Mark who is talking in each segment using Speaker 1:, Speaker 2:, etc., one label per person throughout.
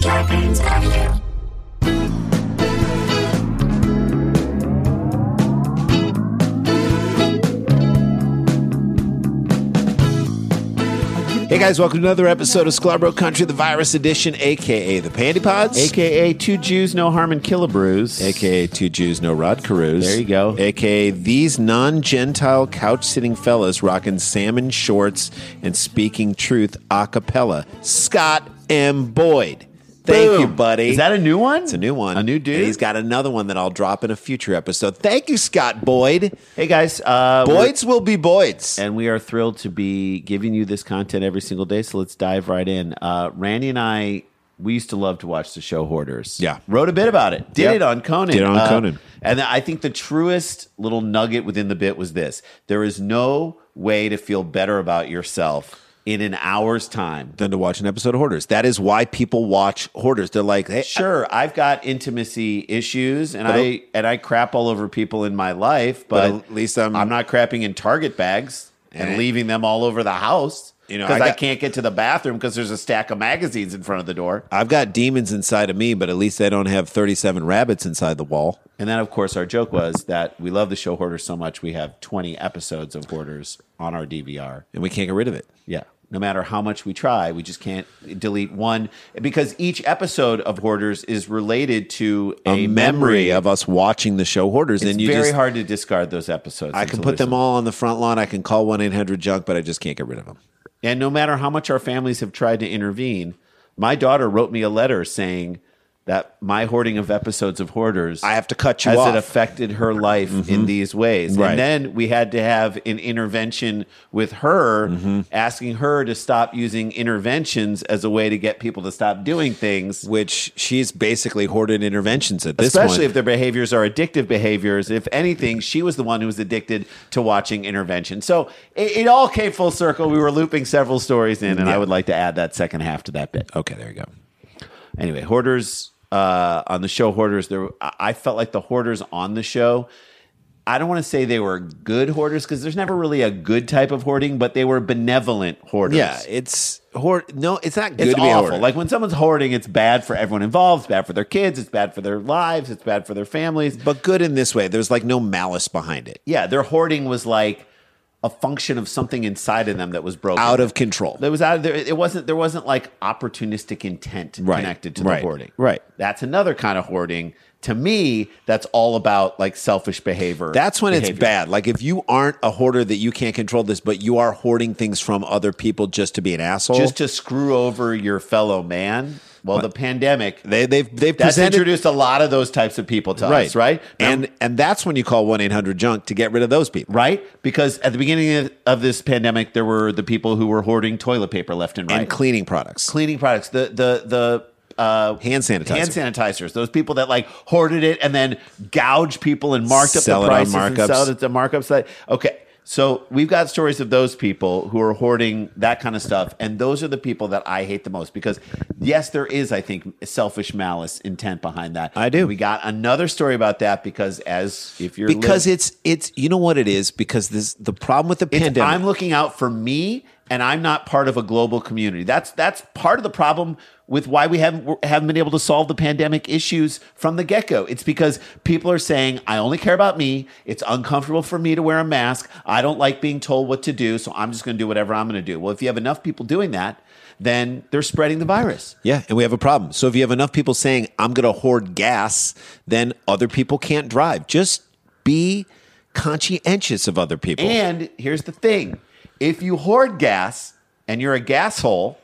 Speaker 1: Scarpins Audio.
Speaker 2: Hey guys, welcome to another episode of Scarborough Country, the virus edition, aka the Pandy Pods,
Speaker 3: AKA two Jews, no harm in Killabrews.
Speaker 2: aka Two Jews No Rod Carews.
Speaker 3: There you go.
Speaker 2: aka these non-Gentile couch-sitting fellas rocking salmon shorts and speaking truth a cappella. Scott M. Boyd, thank
Speaker 3: Boom.
Speaker 2: you, buddy.
Speaker 3: Is that a new one?
Speaker 2: it's a new one,
Speaker 3: A new dude.
Speaker 2: And he's got another one that I'll drop in a future episode. Thank you, Scott Boyd.
Speaker 3: hey guys, uh, we're-
Speaker 2: Boyds will be Boyds.
Speaker 3: and we are thrilled to be giving you this content every single day. So let's dive right in. Uh, Randy and I, we used to love to watch the show Hoarders.
Speaker 2: Yeah.
Speaker 3: wrote a bit about it. Did
Speaker 2: Yep.
Speaker 3: it on Conan.
Speaker 2: Did it on
Speaker 3: Uh,
Speaker 2: Conan.
Speaker 3: And I think the truest little nugget within the bit was this: there is no way to feel better about yourself in an hour's time
Speaker 2: than to watch an episode of Hoarders. That is why people watch Hoarders. They're like, hey,
Speaker 3: sure i've got intimacy issues and
Speaker 2: But
Speaker 3: i
Speaker 2: it-
Speaker 3: and i crap all over people in my life but,
Speaker 2: at least I'm-
Speaker 3: i'm not crapping in target bags and,
Speaker 2: And-
Speaker 3: leaving them all over the house
Speaker 2: You know,
Speaker 3: because
Speaker 2: I
Speaker 3: I,
Speaker 2: got-
Speaker 3: can't get to the bathroom because there's a stack of magazines in front of the door
Speaker 2: I've got demons inside of me, but at least I don't have 37 rabbits inside the wall.
Speaker 3: and then of course our joke was that we love the show hoarders so much we have 20 episodes of hoarders on our dvr
Speaker 2: And we can't get rid of it.
Speaker 3: Yeah. No matter how much we try, we just can't delete one because each episode of Hoarders is related to
Speaker 2: A,
Speaker 3: a,
Speaker 2: memory, of us watching the show Hoarders.
Speaker 3: It's
Speaker 2: and you
Speaker 3: very
Speaker 2: just,
Speaker 3: hard to discard those episodes.
Speaker 2: I can put them all on the front lawn. I can call 1 800 Junk, but I just can't get rid of them.
Speaker 3: And no matter how much our families have tried to intervene, my daughter wrote me a letter saying that my hoarding of episodes of Hoarders
Speaker 2: I have to cut you
Speaker 3: has
Speaker 2: off. Mm-hmm.
Speaker 3: it affected her life in these ways.
Speaker 2: Right.
Speaker 3: And then we had to have an intervention with her,
Speaker 2: Mm-hmm.
Speaker 3: asking her to stop using interventions as a way to get people to stop doing things.
Speaker 2: Which she's basically hoarded interventions at this
Speaker 3: Especially
Speaker 2: point.
Speaker 3: if their behaviors are addictive behaviors. If anything, she was the one who was addicted to watching intervention. So it, it all came full circle. We were looping several stories in, and I
Speaker 2: Yeah.
Speaker 3: would like to add that second half to that bit.
Speaker 2: okay, there you go.
Speaker 3: Anyway, hoarders uh, on the show, hoarders. There, I I felt like the hoarders on the show. I don't want to say they were good hoarders because there's never really a good type of hoarding, but they were benevolent hoarders.
Speaker 2: Yeah, it's hoard. No, it's not good
Speaker 3: It's
Speaker 2: to be a
Speaker 3: awful.
Speaker 2: hoarder.
Speaker 3: Like when someone's hoarding, it's bad for everyone involved. It's bad for their kids. It's bad for their lives. It's bad for their families.
Speaker 2: but good in this way. There's like no malice behind it.
Speaker 3: yeah, their hoarding was like a function of something inside of them that was broken.
Speaker 2: Out of control.
Speaker 3: that was out of there. It wasn't there wasn't like opportunistic intent
Speaker 2: Right,
Speaker 3: connected to
Speaker 2: right,
Speaker 3: the hoarding.
Speaker 2: right.
Speaker 3: That's another kind of hoarding. To me, that's all about like selfish behavior.
Speaker 2: That's when it's
Speaker 3: behavior.
Speaker 2: bad. Like if you aren't a hoarder that you can't control this, but you are hoarding things from other people just to be an asshole.
Speaker 3: Just to screw over your fellow man. Well, the pandemic
Speaker 2: they, they've they've
Speaker 3: that's
Speaker 2: presented
Speaker 3: introduced a lot of those types of people to us, right?
Speaker 2: And and that's when you call one eight hundred junk to get rid of those people.
Speaker 3: right? Because at the beginning of, of this pandemic, there were the people who were hoarding toilet paper left and right.
Speaker 2: And cleaning products,
Speaker 3: cleaning products, the the the uh,
Speaker 2: hand sanitizer.
Speaker 3: hand sanitizers, those people that like hoarded it and then gouge people and marked up
Speaker 2: Sell it
Speaker 3: the
Speaker 2: on
Speaker 3: prices and
Speaker 2: markups.
Speaker 3: sell it at the markups. That okay. So we've got stories of those people who are hoarding that kind of stuff, and those are the people that I hate the most because yes, there is, I think, selfish malice intent behind that.
Speaker 2: I do.
Speaker 3: We got another story about that because as if you're
Speaker 2: because
Speaker 3: live-
Speaker 2: it's it's you know what it is because this the problem with the
Speaker 3: It's-
Speaker 2: pandemic.
Speaker 3: I'm looking out for me, and I'm not part of a global community. That's that's part of the problem with why we haven't we haven't been able to solve the pandemic issues from the get go. It's because people are saying, "I only care about me. It's uncomfortable for me to wear a mask. I don't like being told what to do, so I'm just going to do whatever I'm going to do." Well, if you have enough people doing that, then they're spreading the virus.
Speaker 2: yeah, and we have a problem. So if you have enough people saying I'm going to hoard gas, then other people can't drive. Just be conscientious of other people.
Speaker 3: And here's the thing if you hoard gas and you're a gas hole,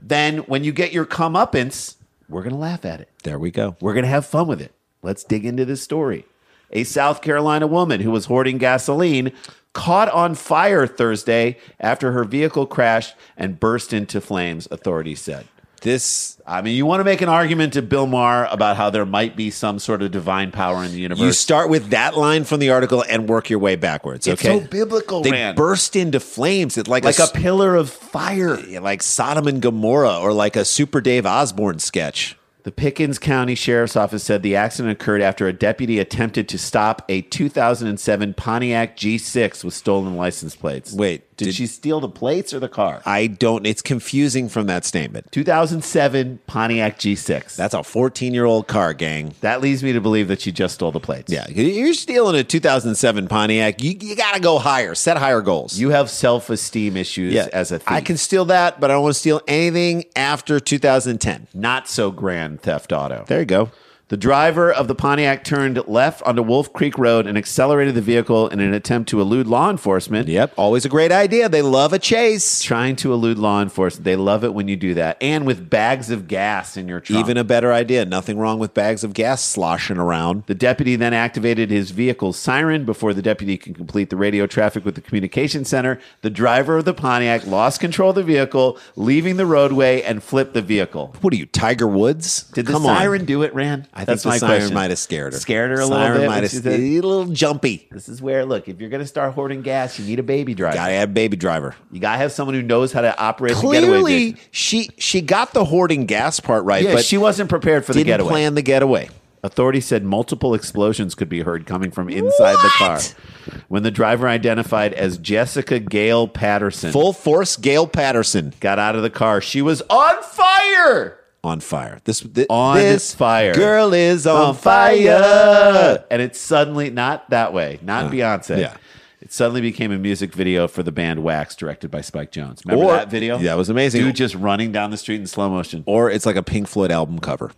Speaker 3: then when you get your comeuppance, we're going to laugh at it.
Speaker 2: there we go.
Speaker 3: We're going to have fun with it. Let's dig into this story. A South Carolina woman who was hoarding gasoline caught on fire Thursday after her vehicle crashed and burst into flames, authorities said.
Speaker 2: This
Speaker 3: I mean, you want to make an argument to Bill Maher about how there might be some sort of divine power in the universe.
Speaker 2: You start with that line from the article and work your way backwards.
Speaker 3: It's
Speaker 2: Okay,
Speaker 3: so biblical,
Speaker 2: They
Speaker 3: Rand.
Speaker 2: burst into flames. It's like,
Speaker 3: like
Speaker 2: a,
Speaker 3: a pillar of fire.
Speaker 2: s- like Sodom and Gomorrah, or like a Super Dave Osborne sketch.
Speaker 3: The Pickens County Sheriff's Office said the accident occurred after a deputy attempted to stop a 2007 Pontiac G6 with stolen license plates.
Speaker 2: Wait,
Speaker 3: did,
Speaker 2: did-
Speaker 3: she steal the plates or the car?
Speaker 2: I don't. It's confusing from that statement.
Speaker 3: 2007 Pontiac G6.
Speaker 2: That's a 14 year old car, gang.
Speaker 3: that leads me to believe that she just stole the plates.
Speaker 2: Yeah, you're stealing a 2007 Pontiac. You, you got to go higher. Set higher goals.
Speaker 3: You have self esteem issues
Speaker 2: yeah,
Speaker 3: as a thief.
Speaker 2: I can steal that, but I don't want to steal anything after 2010.
Speaker 3: Not so grand theft auto.
Speaker 2: There you go.
Speaker 3: The driver of the Pontiac turned left onto Wolf Creek Road and accelerated the vehicle in an attempt to elude law enforcement.
Speaker 2: Yep, always a great idea. They love a chase.
Speaker 3: Trying to elude law enforcement. They love it when you do that. And with bags of gas in your trunk.
Speaker 2: Even a better idea. Nothing wrong with bags of gas sloshing around.
Speaker 3: the deputy then activated his vehicle's siren before the deputy could complete the radio traffic with the communication center. The driver of the Pontiac lost control of the vehicle, leaving the roadway and flipped the vehicle.
Speaker 2: What are you, Tiger Woods?
Speaker 3: Did the
Speaker 2: Come on.
Speaker 3: siren do it, Rand?
Speaker 2: I think
Speaker 3: That's
Speaker 2: the
Speaker 3: my
Speaker 2: siren
Speaker 3: question.
Speaker 2: might have scared her.
Speaker 3: Scared her a
Speaker 2: Siren
Speaker 3: little bit.
Speaker 2: Might
Speaker 3: when
Speaker 2: have
Speaker 3: she
Speaker 2: scared
Speaker 3: said-
Speaker 2: a little jumpy.
Speaker 3: This is where, look, if you're going to start hoarding gas, you need a baby driver.
Speaker 2: Got to have baby driver.
Speaker 3: You got to have someone who knows how to operate the getaway.
Speaker 2: Clearly,
Speaker 3: vehicle.
Speaker 2: she she got the hoarding gas part right,
Speaker 3: Yeah,
Speaker 2: but
Speaker 3: she wasn't prepared for the
Speaker 2: didn't
Speaker 3: getaway.
Speaker 2: plan the getaway.
Speaker 3: Authorities said multiple explosions could be heard coming from inside
Speaker 2: What?
Speaker 3: the car. When the driver identified as Jessica Gail Patterson
Speaker 2: Full force, Gail Patterson
Speaker 3: got out of the car, she was on fire.
Speaker 2: on fire. This thi-
Speaker 3: On
Speaker 2: this
Speaker 3: fire.
Speaker 2: Girl is on, fire. Uh,
Speaker 3: fire. And it suddenly, not that way, not Beyonce.
Speaker 2: yeah.
Speaker 3: It suddenly became a music video for the band Wax, directed by Spike Jones. Remember
Speaker 2: Or-
Speaker 3: that video?
Speaker 2: Yeah, that was amazing.
Speaker 3: Dude just running down the street in slow motion.
Speaker 2: Or it's like a Pink Floyd album cover.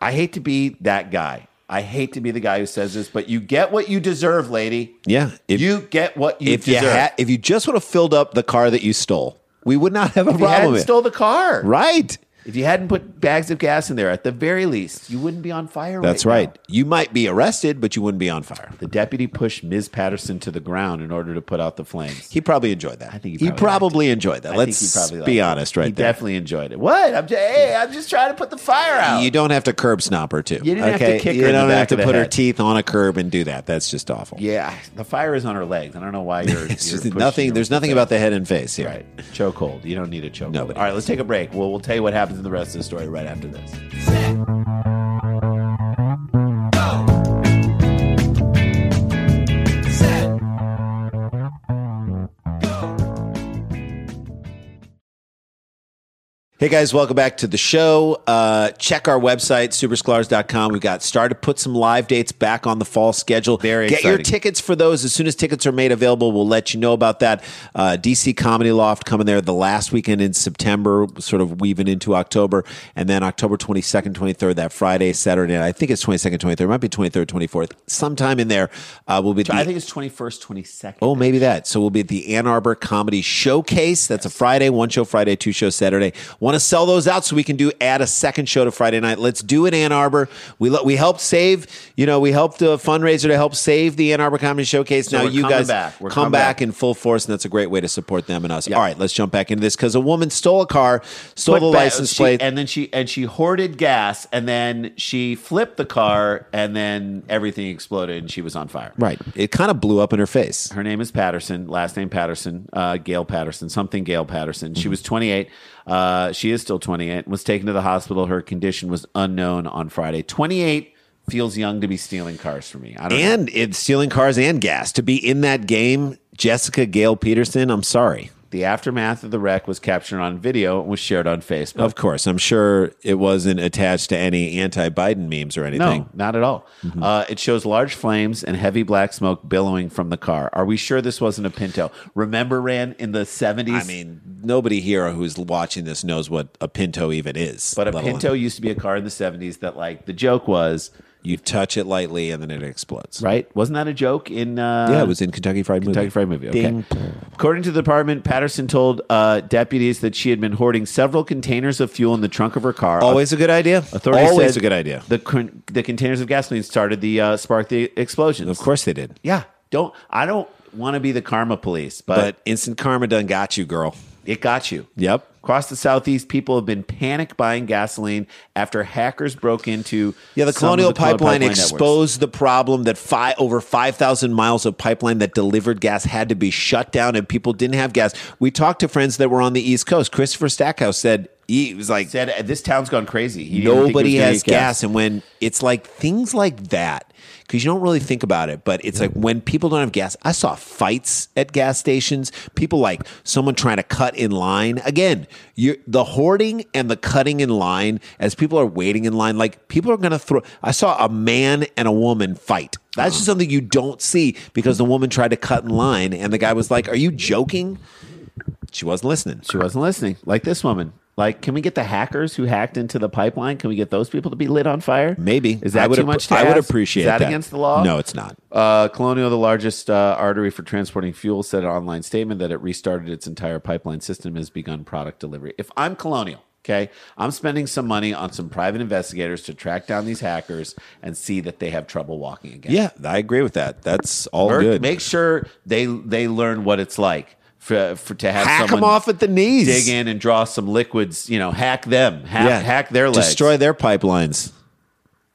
Speaker 3: I hate to be that guy. I hate to be the guy who says this, but you get what you deserve, lady.
Speaker 2: Yeah, if
Speaker 3: you get what you
Speaker 2: if you
Speaker 3: deserve.
Speaker 2: had, if you just would have filled up the car that you stole, we would not have a
Speaker 3: if you
Speaker 2: problem.
Speaker 3: hadn't
Speaker 2: with it.
Speaker 3: stole the car,
Speaker 2: right.
Speaker 3: if you hadn't put bags of gas in there, at the very least, you wouldn't be on fire.
Speaker 2: That's right.
Speaker 3: right. now.
Speaker 2: You might be arrested, but you wouldn't be on fire.
Speaker 3: The deputy pushed Ms. Patterson to the ground in order to put out the flames.
Speaker 2: He probably enjoyed that. I
Speaker 3: think
Speaker 2: he
Speaker 3: he probably
Speaker 2: probably enjoyed that.
Speaker 3: I think he
Speaker 2: Let's
Speaker 3: probably liked
Speaker 2: be
Speaker 3: it.
Speaker 2: honest, right
Speaker 3: he
Speaker 2: there.
Speaker 3: definitely enjoyed it. What? I'm just, hey, I'm just trying to put the fire out.
Speaker 2: You don't have to curb stomp her too.
Speaker 3: You didn't have to kick
Speaker 2: you
Speaker 3: her in the
Speaker 2: don't
Speaker 3: back
Speaker 2: have to
Speaker 3: of the
Speaker 2: put her
Speaker 3: head.
Speaker 2: teeth on a curb and do that. That's just awful.
Speaker 3: yeah, the fire is on her legs. I don't know why you're.
Speaker 2: It's
Speaker 3: you're
Speaker 2: just
Speaker 3: pushing
Speaker 2: nothing.
Speaker 3: her
Speaker 2: There's
Speaker 3: with the
Speaker 2: nothing
Speaker 3: fire.
Speaker 2: about the head and face here.
Speaker 3: Right. Chokehold. You don't need a chokehold.
Speaker 2: Nobody
Speaker 3: All right, let's take a break. We'll, we'll tell you what happens in the rest of the story right after this.
Speaker 2: Hey guys, welcome back to the show. Uh, check our website, superscholars.com. We've got started to put some live dates back on the fall schedule.
Speaker 3: Very
Speaker 2: Get your
Speaker 3: exciting.
Speaker 2: tickets for those. As soon as tickets are made available, we'll let you know about that. Uh, DC Comedy Loft coming there the last weekend in September, sort of weaving into October. And then October 22nd, 23rd, that Friday, Saturday night. I think it's 22nd, 23rd. It might be 23rd, 24th. Sometime in there, uh, we'll be at the
Speaker 3: I think it's 21st, 22nd.
Speaker 2: Oh, maybe that. So we'll be at the Ann Arbor Comedy Showcase. That's a Friday, one show Friday, two show Saturday. Want to sell those out so we can do add a second show to Friday night. Let's do it, Ann Arbor. We lo- we helped save, you know, we helped a fundraiser to help save the Ann Arbor Comedy Showcase.
Speaker 3: So
Speaker 2: now
Speaker 3: we're
Speaker 2: you
Speaker 3: coming
Speaker 2: guys
Speaker 3: back. We're
Speaker 2: come
Speaker 3: coming
Speaker 2: back
Speaker 3: back.
Speaker 2: in full force, and that's a great way to support them and us. All right, let's jump back into this because a woman stole a car, stole
Speaker 3: But
Speaker 2: the
Speaker 3: ba-
Speaker 2: license
Speaker 3: she-
Speaker 2: plate.
Speaker 3: and then she and she hoarded gas, and then she flipped the car, and then everything exploded, and she was on fire.
Speaker 2: Right. It kind of blew up in her face.
Speaker 3: Her name is Patterson. Last name Patterson. Uh, Gail Patterson. Something Gail Patterson.
Speaker 2: Mm-hmm.
Speaker 3: She was 28. Uh, she is still 28. Was taken to the hospital. Her condition was unknown on Friday. 28 feels young to be stealing cars for me. I don't know.
Speaker 2: And it's stealing cars and gas. To be in that game, Jessica Gail Peterson, I'm sorry.
Speaker 3: The aftermath of the wreck was captured on video and was shared on Facebook.
Speaker 2: Of course, I'm sure it wasn't attached to any anti-Biden memes or anything.
Speaker 3: No, not at all.
Speaker 2: Mm-hmm.
Speaker 3: Uh, it shows large flames and heavy black smoke billowing from the car. Are we sure this wasn't a Pinto? Remember, Ran in the 70s?
Speaker 2: I mean, nobody here who's watching this knows what a Pinto even is.
Speaker 3: but a
Speaker 2: let
Speaker 3: Pinto
Speaker 2: alone-
Speaker 3: used to be a car in the 70s that, like, the joke was,
Speaker 2: you touch it lightly and then it explodes.
Speaker 3: right? Wasn't that a joke in. Uh,
Speaker 2: Yeah, it was in Kentucky Fried
Speaker 3: Kentucky
Speaker 2: Movie.
Speaker 3: Fried Movie. Okay.
Speaker 2: Ding.
Speaker 3: According to the department, Patterson told uh, deputies that she had been hoarding several containers of fuel in the trunk of her car.
Speaker 2: Always a good idea.
Speaker 3: Authorities
Speaker 2: Always
Speaker 3: said
Speaker 2: a good idea.
Speaker 3: The, con- the containers of gasoline started the uh, spark the explosions.
Speaker 2: Of course they did.
Speaker 3: Yeah. Don't I don't want to be the karma police,
Speaker 2: But
Speaker 3: but,
Speaker 2: instant karma done got you, girl.
Speaker 3: it got you.
Speaker 2: Yep.
Speaker 3: Across the southeast, people have been panic buying gasoline after hackers broke into
Speaker 2: Yeah, the
Speaker 3: some of
Speaker 2: Colonial Pipeline,
Speaker 3: networks.
Speaker 2: exposed the problem that fi- over 5,000 miles of pipeline that delivered gas had to be shut down and people didn't have gas. We talked to friends that were on the East Coast. Christopher Stackhouse said He was like,
Speaker 3: Said this town's gone crazy. He didn't think he
Speaker 2: nobody
Speaker 3: was gonna
Speaker 2: has
Speaker 3: get
Speaker 2: gas. And when it's like things like that, because you don't really think about it, but it's like when people don't have gas, I saw fights at gas stations, people like someone trying to cut in line. Again, you the hoarding and the cutting in line as people are waiting in line, like people are going to throw. I saw a man and a woman fight. That's
Speaker 3: Uh-huh.
Speaker 2: just something you don't see because the woman tried to cut in line and the guy was like, Are you joking? She wasn't listening.
Speaker 3: She wasn't listening. Like this woman. Like, can we get the hackers who hacked into the pipeline? Can we get those people to be lit on fire?
Speaker 2: Maybe.
Speaker 3: Is that
Speaker 2: I would
Speaker 3: too
Speaker 2: app-
Speaker 3: much? To
Speaker 2: I would
Speaker 3: ask?
Speaker 2: appreciate
Speaker 3: Is that, against the law?
Speaker 2: No, it's not.
Speaker 3: Uh, Colonial, the largest uh, artery for transporting fuel, said an online statement that it restarted its entire pipeline system and has begun product delivery. If I'm Colonial, okay, I'm spending some money on some private investigators to track down these hackers and see that they have trouble walking again.
Speaker 2: Yeah, I agree with that. That's all
Speaker 3: Or
Speaker 2: good.
Speaker 3: Make sure they they learn what it's like for, for to have
Speaker 2: Hack
Speaker 3: someone
Speaker 2: them off at the knees.
Speaker 3: dig in and draw some liquids. You know, hack them, hack,
Speaker 2: Yeah.
Speaker 3: hack their legs.
Speaker 2: Destroy their pipelines.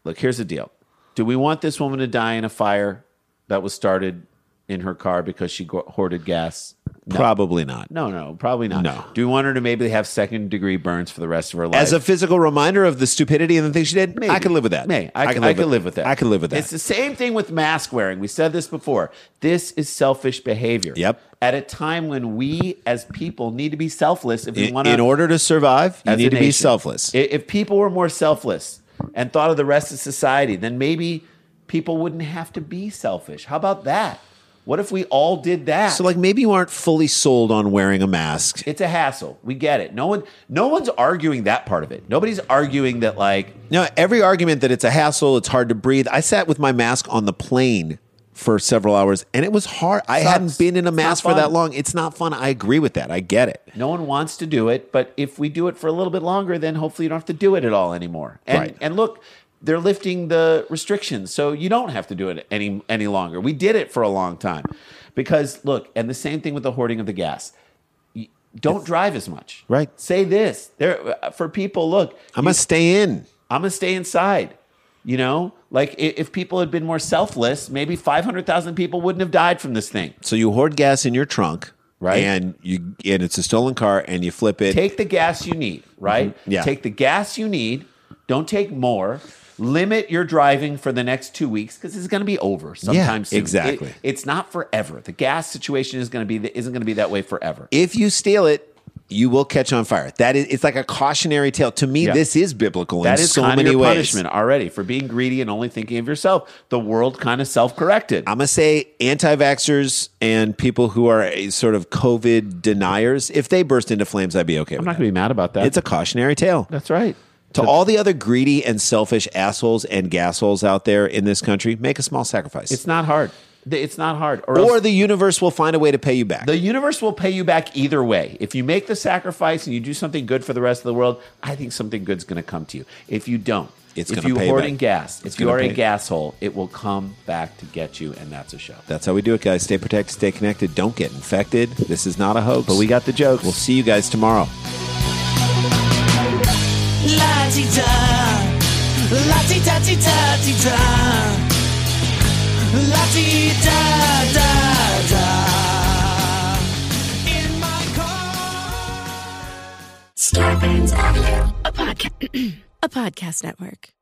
Speaker 3: Look, here's the deal. Do we want this woman to die in a fire that was started in her car because she go- hoarded gas?
Speaker 2: Probably not.
Speaker 3: No, no, probably not.
Speaker 2: No.
Speaker 3: Do we want her to maybe have second degree burns for the rest of her life?
Speaker 2: As a physical reminder of the stupidity and the things she did,
Speaker 3: Maybe.
Speaker 2: I could live with that.
Speaker 3: May. I, I could, live, with, that.
Speaker 2: I could live with that.
Speaker 3: It's the same thing with mask wearing. We said this before. This is selfish behavior.
Speaker 2: Yep.
Speaker 3: At a time when we as people need to be selfless if we
Speaker 2: in,
Speaker 3: want to
Speaker 2: in order to survive, you
Speaker 3: as
Speaker 2: need
Speaker 3: a
Speaker 2: to be
Speaker 3: nation.
Speaker 2: selfless.
Speaker 3: I- If people were more selfless and thought of the rest of society, then maybe people wouldn't have to be selfish. How about that? What if we all did that?
Speaker 2: so, like, maybe you aren't fully sold on wearing a mask.
Speaker 3: it's a hassle. We get it. No one, no one's arguing that part of it. Nobody's arguing that like
Speaker 2: No, every argument that it's a hassle, it's hard to breathe. I sat with my mask on the plane for several hours and it was hard. I
Speaker 3: Sucks.
Speaker 2: hadn't been in a
Speaker 3: It's not
Speaker 2: mask for
Speaker 3: fun.
Speaker 2: that long. It's not fun. I agree with that. I get it.
Speaker 3: no one wants to do it. But if we do it for a little bit longer, then hopefully you don't have to do it at all anymore. And
Speaker 2: Right.
Speaker 3: and look. They're lifting the restrictions, so you don't have to do it any any longer. We did it for a long time, because look, and the same thing with the hoarding of the gas. don't drive as much.
Speaker 2: Right.
Speaker 3: Say this there uh, for people. Look,
Speaker 2: I'm going to stay in.
Speaker 3: I'm gonna stay inside. You know, like i- if people had been more selfless, maybe 500,000 people wouldn't have died from this thing.
Speaker 2: So you hoard gas in your trunk,
Speaker 3: Right.
Speaker 2: And you and it's a stolen car, and you flip it.
Speaker 3: Take the gas you need, right?
Speaker 2: Mm-hmm. Yeah.
Speaker 3: Take the gas you need. Don't take more. Limit your driving for the next two weeks because it's going to be over sometime soon. It-
Speaker 2: exactly.
Speaker 3: it's not forever. The gas situation is going to be th- isn't going to be that way forever.
Speaker 2: if you steal it, you will catch on fire. That is, it's like a cautionary tale. To me,
Speaker 3: Yeah.
Speaker 2: this is biblical
Speaker 3: That
Speaker 2: in
Speaker 3: is
Speaker 2: so
Speaker 3: kind of
Speaker 2: many
Speaker 3: your
Speaker 2: ways.
Speaker 3: punishment already for being greedy and only thinking of yourself. The world kind of self corrected.
Speaker 2: I'm gonna say anti-vaxxers and people who are a sort of COVID deniers. If they burst into flames, I'd be okay.
Speaker 3: I'm
Speaker 2: with
Speaker 3: not
Speaker 2: that.
Speaker 3: going to be mad about that.
Speaker 2: It's a cautionary tale.
Speaker 3: That's right.
Speaker 2: To all the other greedy and selfish assholes and gasholes out there in this country, make a small sacrifice,
Speaker 3: It's not hard. Th- It's not hard. Or,
Speaker 2: or
Speaker 3: else
Speaker 2: the universe will find a way to pay you back.
Speaker 3: the universe will pay you back either way. If you make the sacrifice and you do something good for the rest of the world, I think something good's going to come to you. If you don't,
Speaker 2: It's
Speaker 3: if
Speaker 2: gonna
Speaker 3: you
Speaker 2: pay
Speaker 3: hoard
Speaker 2: back.
Speaker 3: in gas,
Speaker 2: It's
Speaker 3: if you
Speaker 2: gonna
Speaker 3: are a
Speaker 2: pay.
Speaker 3: gas hole, it will come back to get you, and that's a show.
Speaker 2: That's how we do it, guys. Stay protected, stay connected. Don't get infected. This is not a hoax.
Speaker 3: But we got the jokes.
Speaker 2: We'll see you guys tomorrow.
Speaker 1: La-di-da, la-di-da-di-da-di-da, la-di-da-da-da. In my car.
Speaker 4: Star Audio, a, podca- a podcast network.